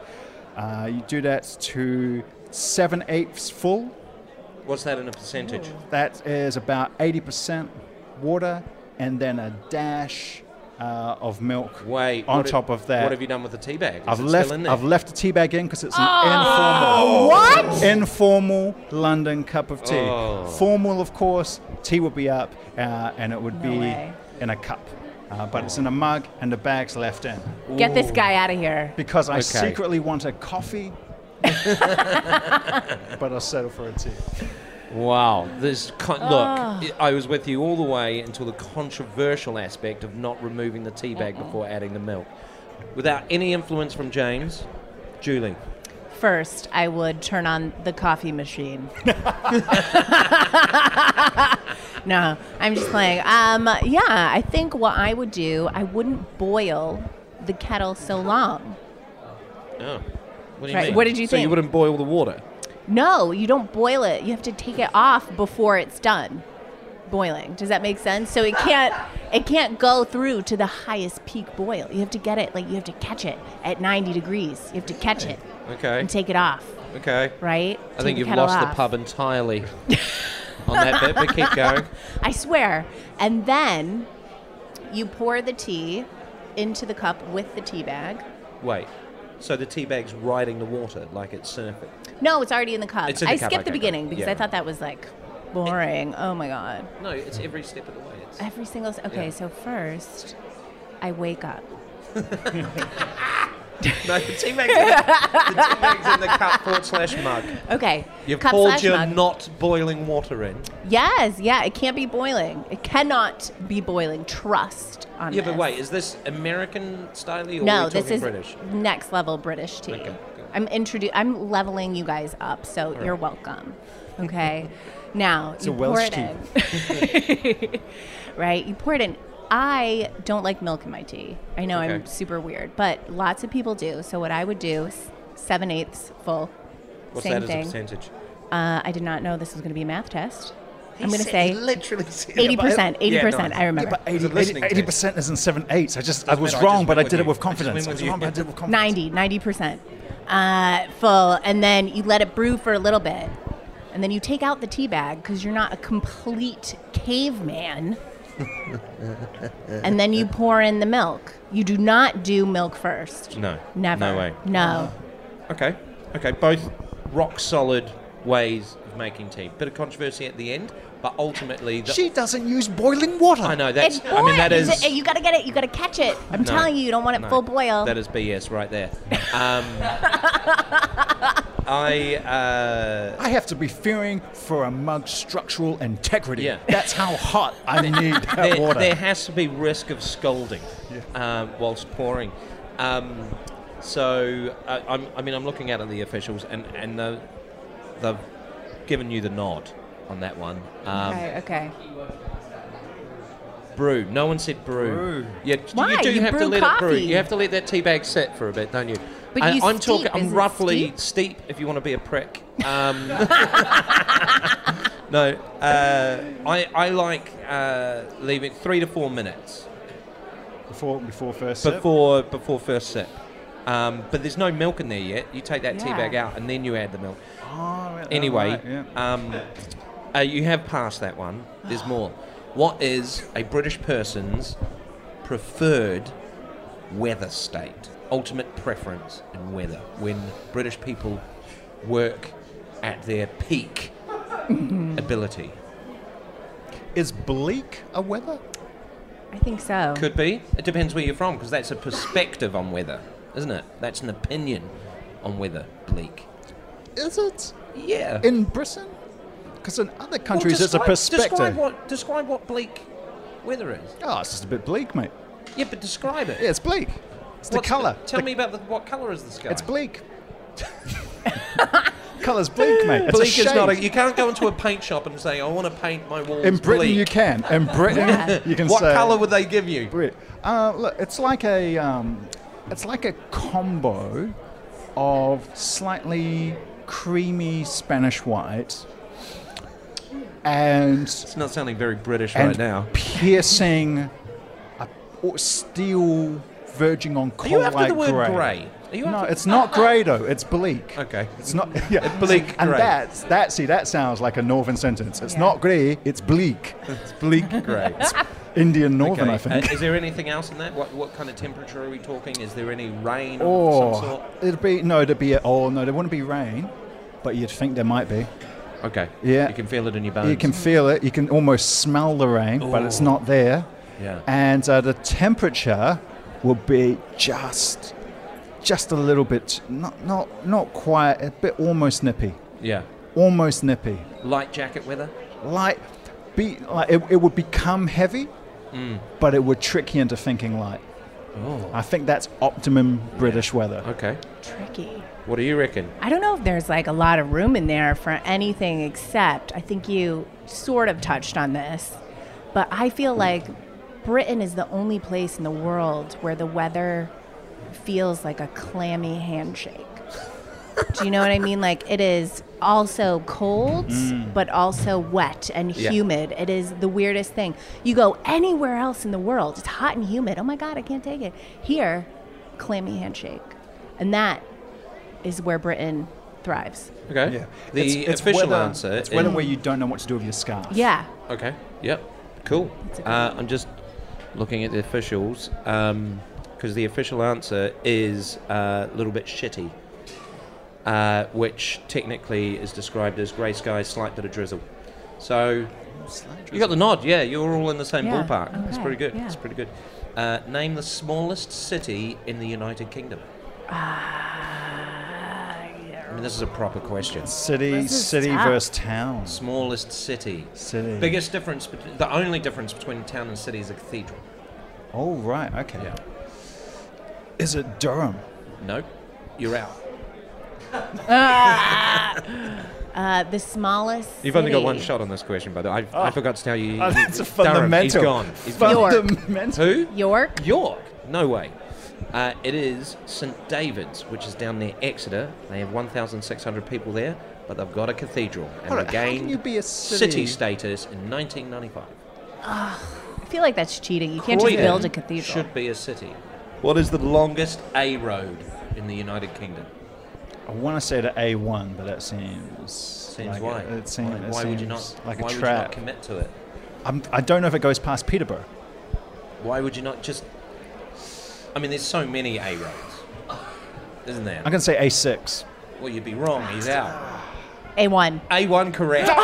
Speaker 5: Uh, you do that to seven eighths full.
Speaker 1: What's that in a percentage?
Speaker 5: That is about 80% water and then a dash uh, of milk
Speaker 1: Wait.
Speaker 5: on
Speaker 1: what have-
Speaker 5: top of that.
Speaker 1: What have you done with the tea bag? Is
Speaker 5: I've
Speaker 1: it
Speaker 5: left
Speaker 1: still in there?
Speaker 5: I've left the tea bag in because it's an informal
Speaker 2: Oh. What?
Speaker 5: informal London cup of tea.
Speaker 1: Oh.
Speaker 5: Formal, of course, tea would be up uh, and it would
Speaker 2: No
Speaker 5: be
Speaker 2: way.
Speaker 5: in a cup. Uh, but it's in a mug and the bag's left in
Speaker 2: Get this guy out of here.
Speaker 5: because I
Speaker 1: Okay.
Speaker 5: secretly want a coffee
Speaker 3: but I'll settle for a tea.
Speaker 1: Wow. This con-
Speaker 2: Ah.
Speaker 1: look, I was with you all the way until the controversial aspect of not removing the tea bag before adding the milk. Without any influence from James, Julie.
Speaker 2: First, I would turn on the coffee machine. no, I'm just playing. Um, yeah, I think what I would do, I wouldn't boil the kettle so long.
Speaker 1: Oh. What do you
Speaker 2: Right,
Speaker 1: mean?
Speaker 2: what did you
Speaker 1: So you
Speaker 2: think?
Speaker 1: wouldn't boil the water.
Speaker 2: No, you don't boil it. You have to take it off before it's done boiling. Does that make sense? So it can't it can't go through to the highest peak boil. You have to get it like you have to catch it at 90 degrees. You have to catch it
Speaker 1: Okay.
Speaker 2: and take it off,
Speaker 1: Okay.
Speaker 2: right?
Speaker 1: I think
Speaker 2: Take
Speaker 1: you've
Speaker 2: kettle
Speaker 1: lost the
Speaker 2: off.
Speaker 1: pub entirely on that bit, but keep going.
Speaker 2: I swear. And then you pour the tea into the cup with the tea bag.
Speaker 1: Wait. So the tea bag's riding the water like it's surfing.
Speaker 2: No, it's already in the cup.
Speaker 1: It's in
Speaker 2: I
Speaker 1: the cup,
Speaker 2: skipped the
Speaker 1: okay,
Speaker 2: beginning
Speaker 1: good.
Speaker 2: because
Speaker 1: Yeah.
Speaker 2: I thought that was like boring. oh my god.
Speaker 1: No, it's every step of the way. It's,
Speaker 2: Every single. s- Okay, so first, I wake up.
Speaker 1: no, the tea, bag's in the, the tea bag's in the cup forward slash mug.
Speaker 2: Okay.
Speaker 1: You've
Speaker 2: cup
Speaker 1: poured
Speaker 2: slash
Speaker 1: your
Speaker 2: mug.
Speaker 1: not boiling water in.
Speaker 2: Yes, yeah, it can't be boiling. It cannot be boiling. Trust on
Speaker 1: Yeah, but
Speaker 2: this.
Speaker 1: wait, is this American style or are
Speaker 2: No,
Speaker 1: we
Speaker 2: this
Speaker 1: talking
Speaker 2: is
Speaker 1: British?
Speaker 2: next level British tea.
Speaker 1: Okay, good.
Speaker 2: I'm introdu- I'm leveling you guys up, so you're welcome. Okay. now you
Speaker 3: a
Speaker 2: pour
Speaker 3: Welsh
Speaker 2: it in. right, you pour it in. I don't like milk in my tea. I know I'm
Speaker 1: Okay.
Speaker 2: super weird, but lots of people do. So what I would do, s- seven eighths full.
Speaker 1: What's
Speaker 2: same
Speaker 1: that
Speaker 2: thing.
Speaker 1: as a percentage?
Speaker 2: Uh, I did not know this was going to be a math test. I'm going to
Speaker 1: He
Speaker 2: say
Speaker 1: literally said
Speaker 2: eighty percent. Eighty
Speaker 1: Yeah, no,
Speaker 2: percent. I remember.
Speaker 3: But 80,
Speaker 1: a listening test.
Speaker 3: percent isn't seven eighths. I just I was
Speaker 1: meant I
Speaker 3: wrong,
Speaker 1: just
Speaker 3: but I
Speaker 1: went
Speaker 3: did
Speaker 1: with
Speaker 3: it with
Speaker 1: you. I just
Speaker 3: confidence. I
Speaker 1: went
Speaker 3: was
Speaker 1: with
Speaker 3: wrong,
Speaker 1: you.
Speaker 3: but I did it with confidence.
Speaker 2: 90 percent uh, full, and then you let it brew for a little bit, and then you take out the tea bag because you're not a complete caveman. and then you pour in the milk. You do not do milk first.
Speaker 1: No.
Speaker 2: Never.
Speaker 1: No way.
Speaker 2: No.
Speaker 1: Okay. Okay. Both rock solid ways of making tea. Bit of controversy at the end, but ultimately, the,
Speaker 3: She doesn't use boiling water.
Speaker 1: I know
Speaker 2: It's
Speaker 1: that's.
Speaker 2: boiled.
Speaker 1: I mean, that is.
Speaker 2: you got to get it. You got to catch it. I'm
Speaker 1: No.
Speaker 2: telling you, you don't want it
Speaker 1: No.
Speaker 2: full boil.
Speaker 1: That is BS right there. Um, I. Uh,
Speaker 3: I have to be fearing for a mug's structural integrity.
Speaker 1: Yeah.
Speaker 3: That's how hot I need that
Speaker 1: there,
Speaker 3: water.
Speaker 1: there has to be risk of scalding um, whilst pouring. Um, so uh, I'm, I mean, I'm looking out at the officials, and and the, they've given you the nod on that one. Um,
Speaker 2: okay. Okay.
Speaker 1: Brew. No one said brew.
Speaker 3: Brew.
Speaker 1: Yeah, you
Speaker 2: Why?
Speaker 1: do
Speaker 2: You
Speaker 1: have to
Speaker 2: brew
Speaker 1: let it brew.
Speaker 2: coffee.
Speaker 1: You have to let that tea bag sit for a bit, don't you?
Speaker 2: But you
Speaker 1: I'm
Speaker 2: steep,
Speaker 1: talking. I'm
Speaker 2: isn't
Speaker 1: roughly
Speaker 2: steep?
Speaker 1: if you want to be a prick. Um, no, uh, I I like uh, leaving three to four minutes
Speaker 3: before before first sip?
Speaker 1: before before first sip. Um, but there's no milk in there yet. You take that tea
Speaker 2: Yeah.
Speaker 1: bag out and then you add the milk.
Speaker 3: Oh, right,
Speaker 1: Anyway,
Speaker 3: right, yeah.
Speaker 1: um, uh, you have passed that one. There's more. What is a British person's preferred weather state? Ultimate preference in weather when British people work at their peak ability.
Speaker 3: is bleak a weather?
Speaker 2: I think so.
Speaker 1: Could be. It depends where you're from because that's a perspective on weather, isn't it? That's an opinion on weather. Bleak.
Speaker 3: Is it
Speaker 1: Yeah.
Speaker 3: in Britain? Because in other
Speaker 1: Well,
Speaker 3: countries, it's a
Speaker 1: describe-
Speaker 3: perspective.
Speaker 1: Describe what, describe what bleak weather is.
Speaker 3: Oh, it's just a bit bleak, mate.
Speaker 1: Yeah, but describe it.
Speaker 3: Yeah, it's bleak. It's the
Speaker 1: What's
Speaker 3: colour.
Speaker 1: Tell
Speaker 3: The-
Speaker 1: me about the, what colour is the sky?
Speaker 3: It's bleak. Colour's bleak, mate. It's a
Speaker 1: Bleak is not. A,
Speaker 3: shade.
Speaker 1: you can't go into a paint shop and say, "I want to paint my walls."
Speaker 3: in Britain,
Speaker 1: bleak."
Speaker 3: you can. In Britain,
Speaker 2: Yeah.
Speaker 3: you can
Speaker 1: What
Speaker 3: say.
Speaker 1: colour would they give you?
Speaker 3: Brit. Uh, look, it's like a um, it's like a combo of slightly creamy Spanish white and
Speaker 1: It's not sounding very British
Speaker 3: and
Speaker 1: right now.
Speaker 3: piercing a, or steel verging on
Speaker 1: Are
Speaker 3: coal
Speaker 1: you after the word
Speaker 3: grey.
Speaker 1: grey? Are you
Speaker 3: No,
Speaker 1: after-
Speaker 3: it's not grey though. It's bleak.
Speaker 1: Okay.
Speaker 3: It's not yeah.
Speaker 1: bleak
Speaker 3: And
Speaker 1: grey.
Speaker 3: that's that. See, that sounds like a northern sentence. It's
Speaker 2: Yeah.
Speaker 3: not grey. It's bleak. It's bleak
Speaker 1: grey.
Speaker 3: Indian northern,
Speaker 1: Okay.
Speaker 3: I think.
Speaker 1: Uh, is there anything else in that? What what kind of temperature are we talking? Is there any rain of some
Speaker 3: Oh,
Speaker 1: sort?
Speaker 3: it'd be no, it'd be oh no, there wouldn't be rain, but you'd think there might be.
Speaker 1: Okay.
Speaker 3: Yeah.
Speaker 1: You can feel it in your bones.
Speaker 3: You can feel it. You can almost smell the rain, but it's
Speaker 1: Ooh.
Speaker 3: not there.
Speaker 1: Yeah.
Speaker 3: And uh, the temperature will be just just a little bit, not not not quite, a bit almost nippy,
Speaker 1: Yeah.
Speaker 3: almost nippy.
Speaker 1: Light jacket weather.
Speaker 3: Light, be like it, it would become heavy, but it would trick you into thinking light.
Speaker 1: Oh.
Speaker 3: I think that's optimum British weather.
Speaker 1: Okay.
Speaker 2: Tricky.
Speaker 1: What do you reckon?
Speaker 2: I don't know if there's like a lot of room in there for anything except I think you sort of touched on this, but I feel like Britain is the only place in the world where the weather feels like a clammy handshake. Do you know what I mean? Like it is also cold, but also wet and
Speaker 1: Mm. Yeah.
Speaker 2: humid. It is the weirdest thing. You go anywhere else in the world, it's hot and humid. Oh my God, I can't take it. Here, clammy handshake. And that is where Britain thrives.
Speaker 1: Okay.
Speaker 3: Yeah,
Speaker 1: The official answer
Speaker 3: It's
Speaker 1: is-
Speaker 3: weather where you don't know what to do with your scarf.
Speaker 2: Yeah.
Speaker 1: Okay. Yep. Cool.
Speaker 2: a good
Speaker 1: Uh, I'm just looking at the officials because the official answer is uh, a little bit shitty, uh, which technically is described as grey skies, slight bit of drizzle. So you got the nod. Yeah, you were all in the same
Speaker 2: Yeah,
Speaker 1: ballpark. That's
Speaker 2: okay,
Speaker 1: pretty good.
Speaker 2: yeah.
Speaker 1: That's pretty good. Uh, name the smallest city in the United Kingdom. I mean, this is a proper question.
Speaker 3: City,
Speaker 2: This is
Speaker 3: city
Speaker 2: tough.
Speaker 3: versus town.
Speaker 1: Smallest city.
Speaker 3: City.
Speaker 1: Biggest difference, bet- the only difference between town and city is a cathedral.
Speaker 3: Oh right, okay.
Speaker 1: Yeah.
Speaker 3: Is it Durham?
Speaker 1: Nope. You're out.
Speaker 2: Uh, the smallest.
Speaker 1: You've only got
Speaker 2: city.
Speaker 1: one shot on this question, by the way. I, I forgot to tell you.
Speaker 3: Oh,
Speaker 1: you-
Speaker 3: that's a
Speaker 1: Durham, he's
Speaker 3: fundamental.
Speaker 1: gone. He's gone.
Speaker 2: York.
Speaker 3: fundamental.
Speaker 1: Who?
Speaker 2: York.
Speaker 1: York. No way. Uh, it is St. David's, which is down near Exeter. They have 1,600 people there, but they've got a cathedral. And
Speaker 3: Hold on,
Speaker 1: they
Speaker 3: how
Speaker 1: gained
Speaker 3: can you be a
Speaker 1: city
Speaker 3: city?
Speaker 1: status in 1995.
Speaker 2: I feel like that's cheating. You can't just
Speaker 1: Croydon
Speaker 2: build a cathedral.
Speaker 1: Should be a city. What is the longest A road in the United Kingdom?
Speaker 3: I want to say the A1, but that seems seems
Speaker 1: Seems
Speaker 3: like
Speaker 1: why?
Speaker 3: It, seems,
Speaker 1: why,
Speaker 3: it
Speaker 1: why would you
Speaker 3: seems
Speaker 1: not?
Speaker 3: like
Speaker 1: why
Speaker 3: a
Speaker 1: would you not
Speaker 3: trap.
Speaker 1: commit to it?
Speaker 3: I'm, I don't know if it goes past Peterborough.
Speaker 1: Why would you not just? I mean, there's so many A roads, isn't there?
Speaker 3: I'm gonna say A6.
Speaker 1: Well, you'd be wrong. He's out.
Speaker 2: A1.
Speaker 1: A1 correct.
Speaker 2: Oh,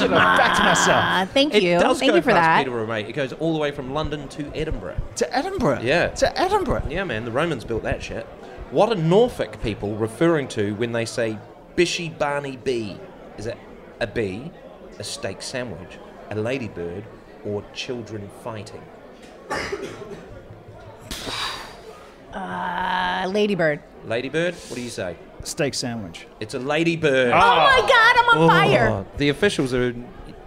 Speaker 3: Should
Speaker 2: bam!
Speaker 3: I back to myself
Speaker 2: Uh, thank
Speaker 1: It
Speaker 2: you.
Speaker 1: does
Speaker 2: Thank
Speaker 1: go
Speaker 2: you for
Speaker 1: past
Speaker 2: that.
Speaker 1: Peterborough, mate. It goes all the way from London to Edinburgh.
Speaker 3: to Edinburgh.
Speaker 1: Yeah.
Speaker 3: to Edinburgh.
Speaker 1: Yeah, man. The Romans built that shit. What are Norfolk people referring to when they say Bishy Barney bee? Is it a bee, a steak sandwich, a ladybird, or children fighting?
Speaker 2: Uh, Ladybird.
Speaker 1: Ladybird. What do you say?
Speaker 3: Steak sandwich.
Speaker 1: It's a ladybird.
Speaker 2: Oh, my God, I'm on fire.
Speaker 1: Oh, the officials are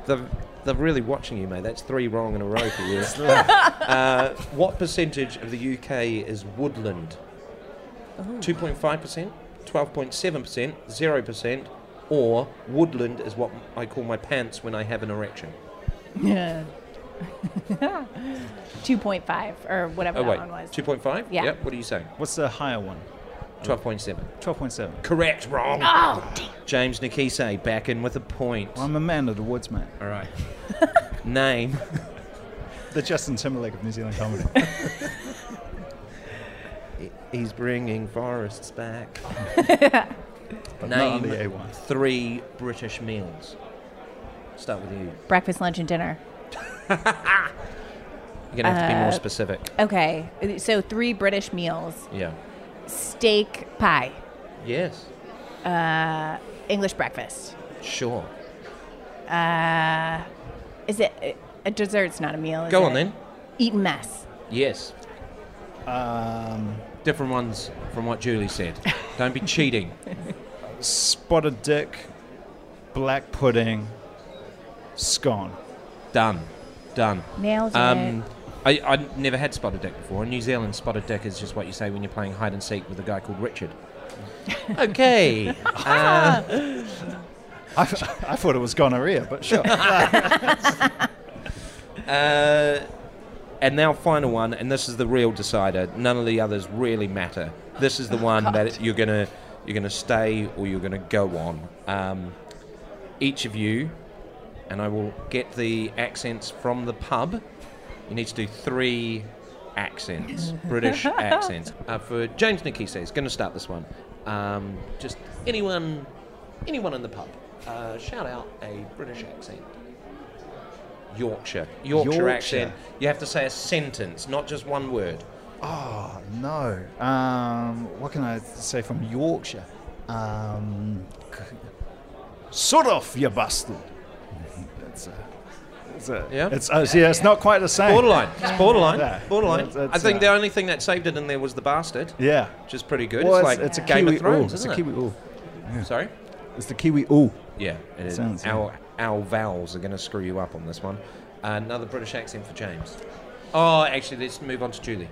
Speaker 1: they're, they're really watching you, mate. That's three wrong in a row for you. uh, what percentage of the UK is woodland?
Speaker 2: Oh.
Speaker 1: Two point five percent, twelve point seven percent, zero percent, or woodland is what I call my pants when I have an erection.
Speaker 2: Yeah. 2.5 or whatever
Speaker 1: Oh
Speaker 2: that
Speaker 1: wait,
Speaker 2: one was.
Speaker 1: two point five.
Speaker 2: Yeah.
Speaker 1: Yep. What are you saying?
Speaker 3: What's the higher one?
Speaker 1: Twelve point seven.
Speaker 3: 12.7.
Speaker 1: Correct. Wrong.
Speaker 2: Oh, damn.
Speaker 1: James Nikise back in with a point.
Speaker 3: I'm a man of the woods, mate.
Speaker 1: All right. Name.
Speaker 3: The Justin Timberlake of New Zealand comedy.
Speaker 1: He's bringing forests back.
Speaker 3: But not
Speaker 1: Name
Speaker 3: on the A1.
Speaker 1: three British meals. Start with you.
Speaker 2: breakfast, lunch, and dinner.
Speaker 1: You're gonna have to be
Speaker 2: Uh,
Speaker 1: more specific.
Speaker 2: Okay. So three British meals
Speaker 1: Yeah.
Speaker 2: steak pie,
Speaker 1: Yes.
Speaker 2: English breakfast.
Speaker 1: Sure.
Speaker 2: Is it uh, a dessert's not a meal? is
Speaker 1: Go on
Speaker 2: it?
Speaker 1: then.
Speaker 2: Eat and mess.
Speaker 1: Yes.
Speaker 3: Um,
Speaker 1: Different ones from what Julie said. Don't be cheating.
Speaker 3: spotted dick, black pudding, scone.
Speaker 1: Done. Done.
Speaker 2: Nailed
Speaker 1: Um, I, I never had spotted dick before. In New Zealand, spotted dick is just what you say when you're playing hide and seek with a guy called Richard. okay. Uh,
Speaker 3: I, I thought it was gonorrhea, but sure.
Speaker 1: Uh, and now final one, and this is the real decider. None of the others really matter. This is the one that you're gonna you're gonna stay or you're gonna go on. Um, each of you, and I will get the accents from the pub. You need to do three accents, British accents. Uh, for James Nikisa, he's going to start this one. Um, just anyone, anyone in the pub, uh, shout out a British accent. Yorkshire. Yorkshire,
Speaker 3: Yorkshire.
Speaker 1: accent. You have to say a sentence, not just one word.
Speaker 5: Oh no. Um, what can I say from Yorkshire? Um, sort off, you bastard. That's a. That's a
Speaker 1: Yeah.
Speaker 5: It's, uh, yeah, it's not quite the same.
Speaker 1: Borderline. It's borderline.
Speaker 5: Yeah.
Speaker 1: Borderline.
Speaker 5: That's- that's,
Speaker 1: I think
Speaker 5: uh,
Speaker 1: the only thing that saved it in there was the bastard,
Speaker 5: Yeah.
Speaker 1: which is pretty good.
Speaker 5: Well,
Speaker 1: it's, like
Speaker 5: a
Speaker 1: Game
Speaker 5: Kiwi
Speaker 1: of Thrones,
Speaker 5: oo. It's
Speaker 1: isn't
Speaker 5: a
Speaker 1: it?
Speaker 5: Kiwi oo.
Speaker 1: Sorry.
Speaker 5: It's the Kiwi oo.
Speaker 1: Yeah, it is.
Speaker 5: Sounds-
Speaker 1: our our vowels are going to screw you up on this one. Another British accent for James. Oh, actually, let's move on to Julie.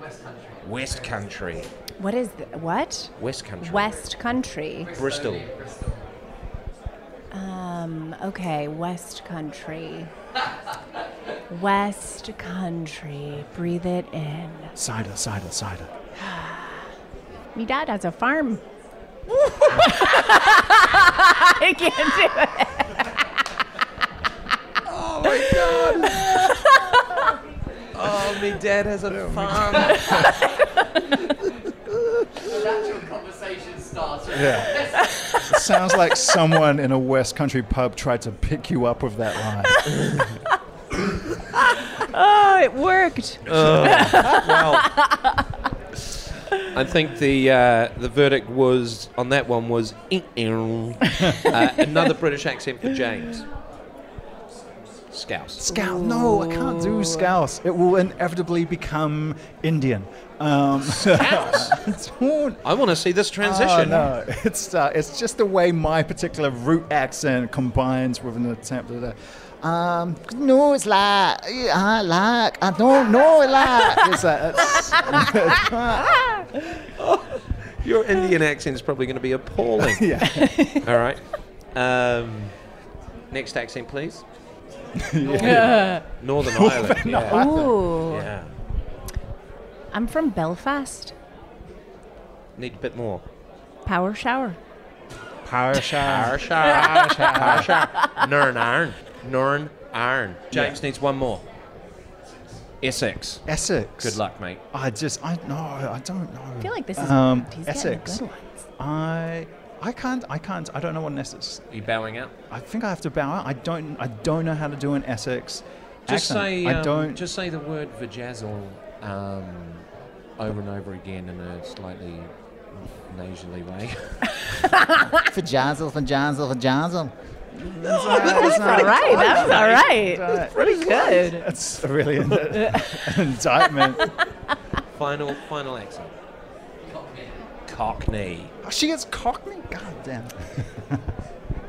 Speaker 7: West Country.
Speaker 1: Uh, West Country.
Speaker 2: What is the, what?
Speaker 1: West Country.
Speaker 2: West Country.
Speaker 1: Bristol.
Speaker 7: Bristol.
Speaker 2: Um, okay, West Country. West Country. Breathe it in.
Speaker 5: Cider, cider, cider.
Speaker 2: Me dad has a farm. I can't do it.
Speaker 1: Oh, my dad has a farm.
Speaker 7: An actual conversation starter.
Speaker 5: Yeah. it sounds like someone in a West Country pub tried to pick you up with that line.
Speaker 2: Oh, it worked.
Speaker 1: well, I think the uh, the verdict was on that one was uh, another British accent for James. Scouse.
Speaker 5: Scouse. No, I can't do scouse. It will inevitably become Indian. Um, Scouse?
Speaker 1: I want to see this transition.
Speaker 5: Oh, no, it's uh, it's just the way my particular root accent combines with an attempt at a. Um, no, it's like eh, I like I don't know it like. It's like it's,
Speaker 1: Your Indian accent is probably going to be appalling.
Speaker 5: yeah,
Speaker 1: All right. Um, next accent, please. Northern Ireland. Yeah.
Speaker 2: Ooh.
Speaker 1: yeah.
Speaker 2: I'm from Belfast.
Speaker 1: Need a bit more.
Speaker 2: Power shower.
Speaker 1: Parsha. Parsha. Parsha. Nurn Iron. Nurn Iron. James needs one more. Essex.
Speaker 5: Essex.
Speaker 1: Good luck, mate.
Speaker 5: I just I no I don't know. I
Speaker 2: feel like this is- he's getting the
Speaker 5: Essex.
Speaker 2: good ones.
Speaker 5: I I can't I can't I don't know what an Essex.
Speaker 1: Are you bowing out?
Speaker 5: I think I have to bow out. I don't I don't know how to do an Essex.
Speaker 1: Just
Speaker 5: accent.
Speaker 1: say. um,
Speaker 5: I don't.
Speaker 1: Just say the word vajazzle um, over and over again in a slightly leisurely way.
Speaker 8: Vajazzle, vajazzle, vajazzle.
Speaker 5: That's
Speaker 2: All right, that was all right. Pretty good.
Speaker 5: That's really an indictment.
Speaker 1: final, final accent. Cockney.
Speaker 5: Oh, she gets Cockney. God damn.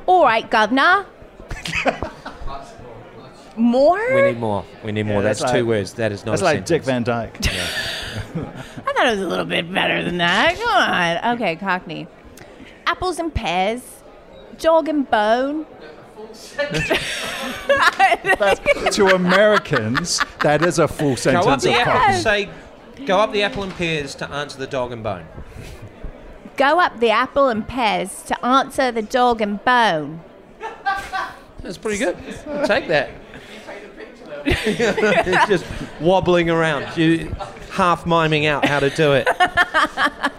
Speaker 2: All right, governor.
Speaker 1: We
Speaker 2: More?
Speaker 1: need more. We need more.
Speaker 5: Yeah,
Speaker 1: that's
Speaker 5: that's
Speaker 1: two
Speaker 5: like-
Speaker 1: words. That is not.
Speaker 5: That's
Speaker 1: a
Speaker 5: like Dick
Speaker 1: sentence.
Speaker 5: Van Dyke.
Speaker 2: I thought it was a little bit better than that. Come on. Okay, Cockney. Apples and pears. Dog and bone.
Speaker 5: to Americans, that is a full
Speaker 1: Go up
Speaker 5: sentence
Speaker 1: the
Speaker 5: of
Speaker 1: apple.
Speaker 5: Cockney.
Speaker 1: Say, go up the apple and pears to answer the dog and bone.
Speaker 2: Go up the apple and pears to answer the dog and bone.
Speaker 1: That's pretty good. I'll take that. it's just wobbling around. You half miming out how to do it.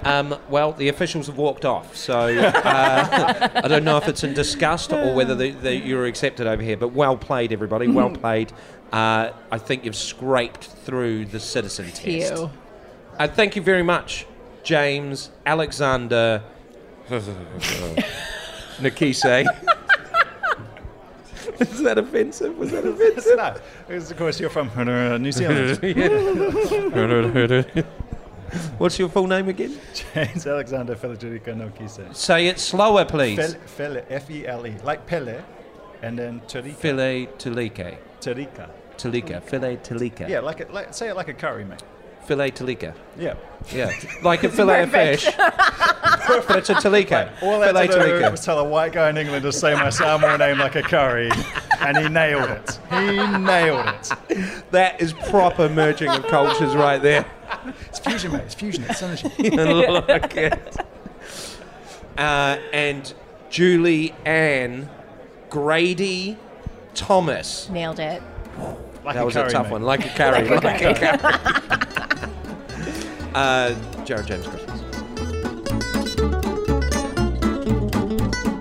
Speaker 1: Um, well, the officials have walked off, so uh, I don't know if it's in disgust or whether the, the, you're accepted over here. But well played, everybody. Well played. Uh, I think you've scraped through the citizen test.
Speaker 2: You.
Speaker 1: Uh, thank you very much, James, Alexander, Nikise. Is that offensive? Was that offensive?
Speaker 5: No, because of course you're from uh, New Zealand.
Speaker 1: What's your full name again?
Speaker 5: James Alexander Felicitica Nokise.
Speaker 1: Say it slower, please.
Speaker 5: Fele, F-E-L-E, E like Pele, and then Tarika.
Speaker 1: Filet Talika.
Speaker 5: Tarika.
Speaker 1: Talika. Filet Talika.
Speaker 5: Yeah, like, a, like say it like a curry, mate.
Speaker 1: Filet Talika.
Speaker 5: Yeah.
Speaker 1: Yeah. Like a filet of
Speaker 2: Perfect.
Speaker 1: fish. but it's a Talika.
Speaker 5: All I
Speaker 1: Filet
Speaker 5: had to do was
Speaker 1: Talika.
Speaker 5: tell a white guy in England to say my Samoan name like a curry, and he nailed it. He nailed it.
Speaker 1: That is proper merging of cultures right there.
Speaker 5: It's fusion, mate. It's fusion. It's synergy.
Speaker 1: like it. Uh, and Julie Ann Grady Thomas.
Speaker 2: Nailed it.
Speaker 5: Like
Speaker 1: That was
Speaker 5: curry,
Speaker 1: a tough
Speaker 5: mate.
Speaker 1: one. Like a carry. like a carry. uh, Jared James Christmas.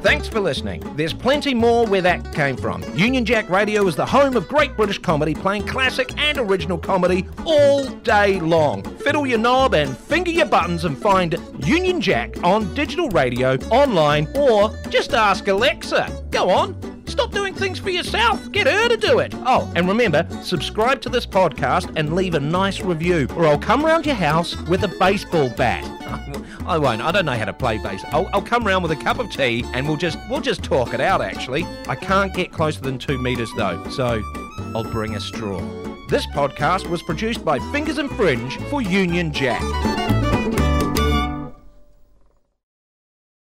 Speaker 1: Thanks for listening. There's plenty more where that came from. Union Jack Radio is the home of great British comedy, playing classic and original comedy all day long. Fiddle your knob and finger your buttons and find Union Jack on digital radio, online, or just ask Alexa. Go on. Stop doing things for yourself. Get her to do it. Oh, and remember, subscribe to this podcast and leave a nice review, or I'll come round your house with a baseball bat. I won't. I don't know how to play bass. I'll, I'll come round with a cup of tea and we'll just we'll just talk it out. Actually, I can't get closer than two meters though, so I'll bring a straw. This podcast was produced by Fingers and Fringe for Union Jack.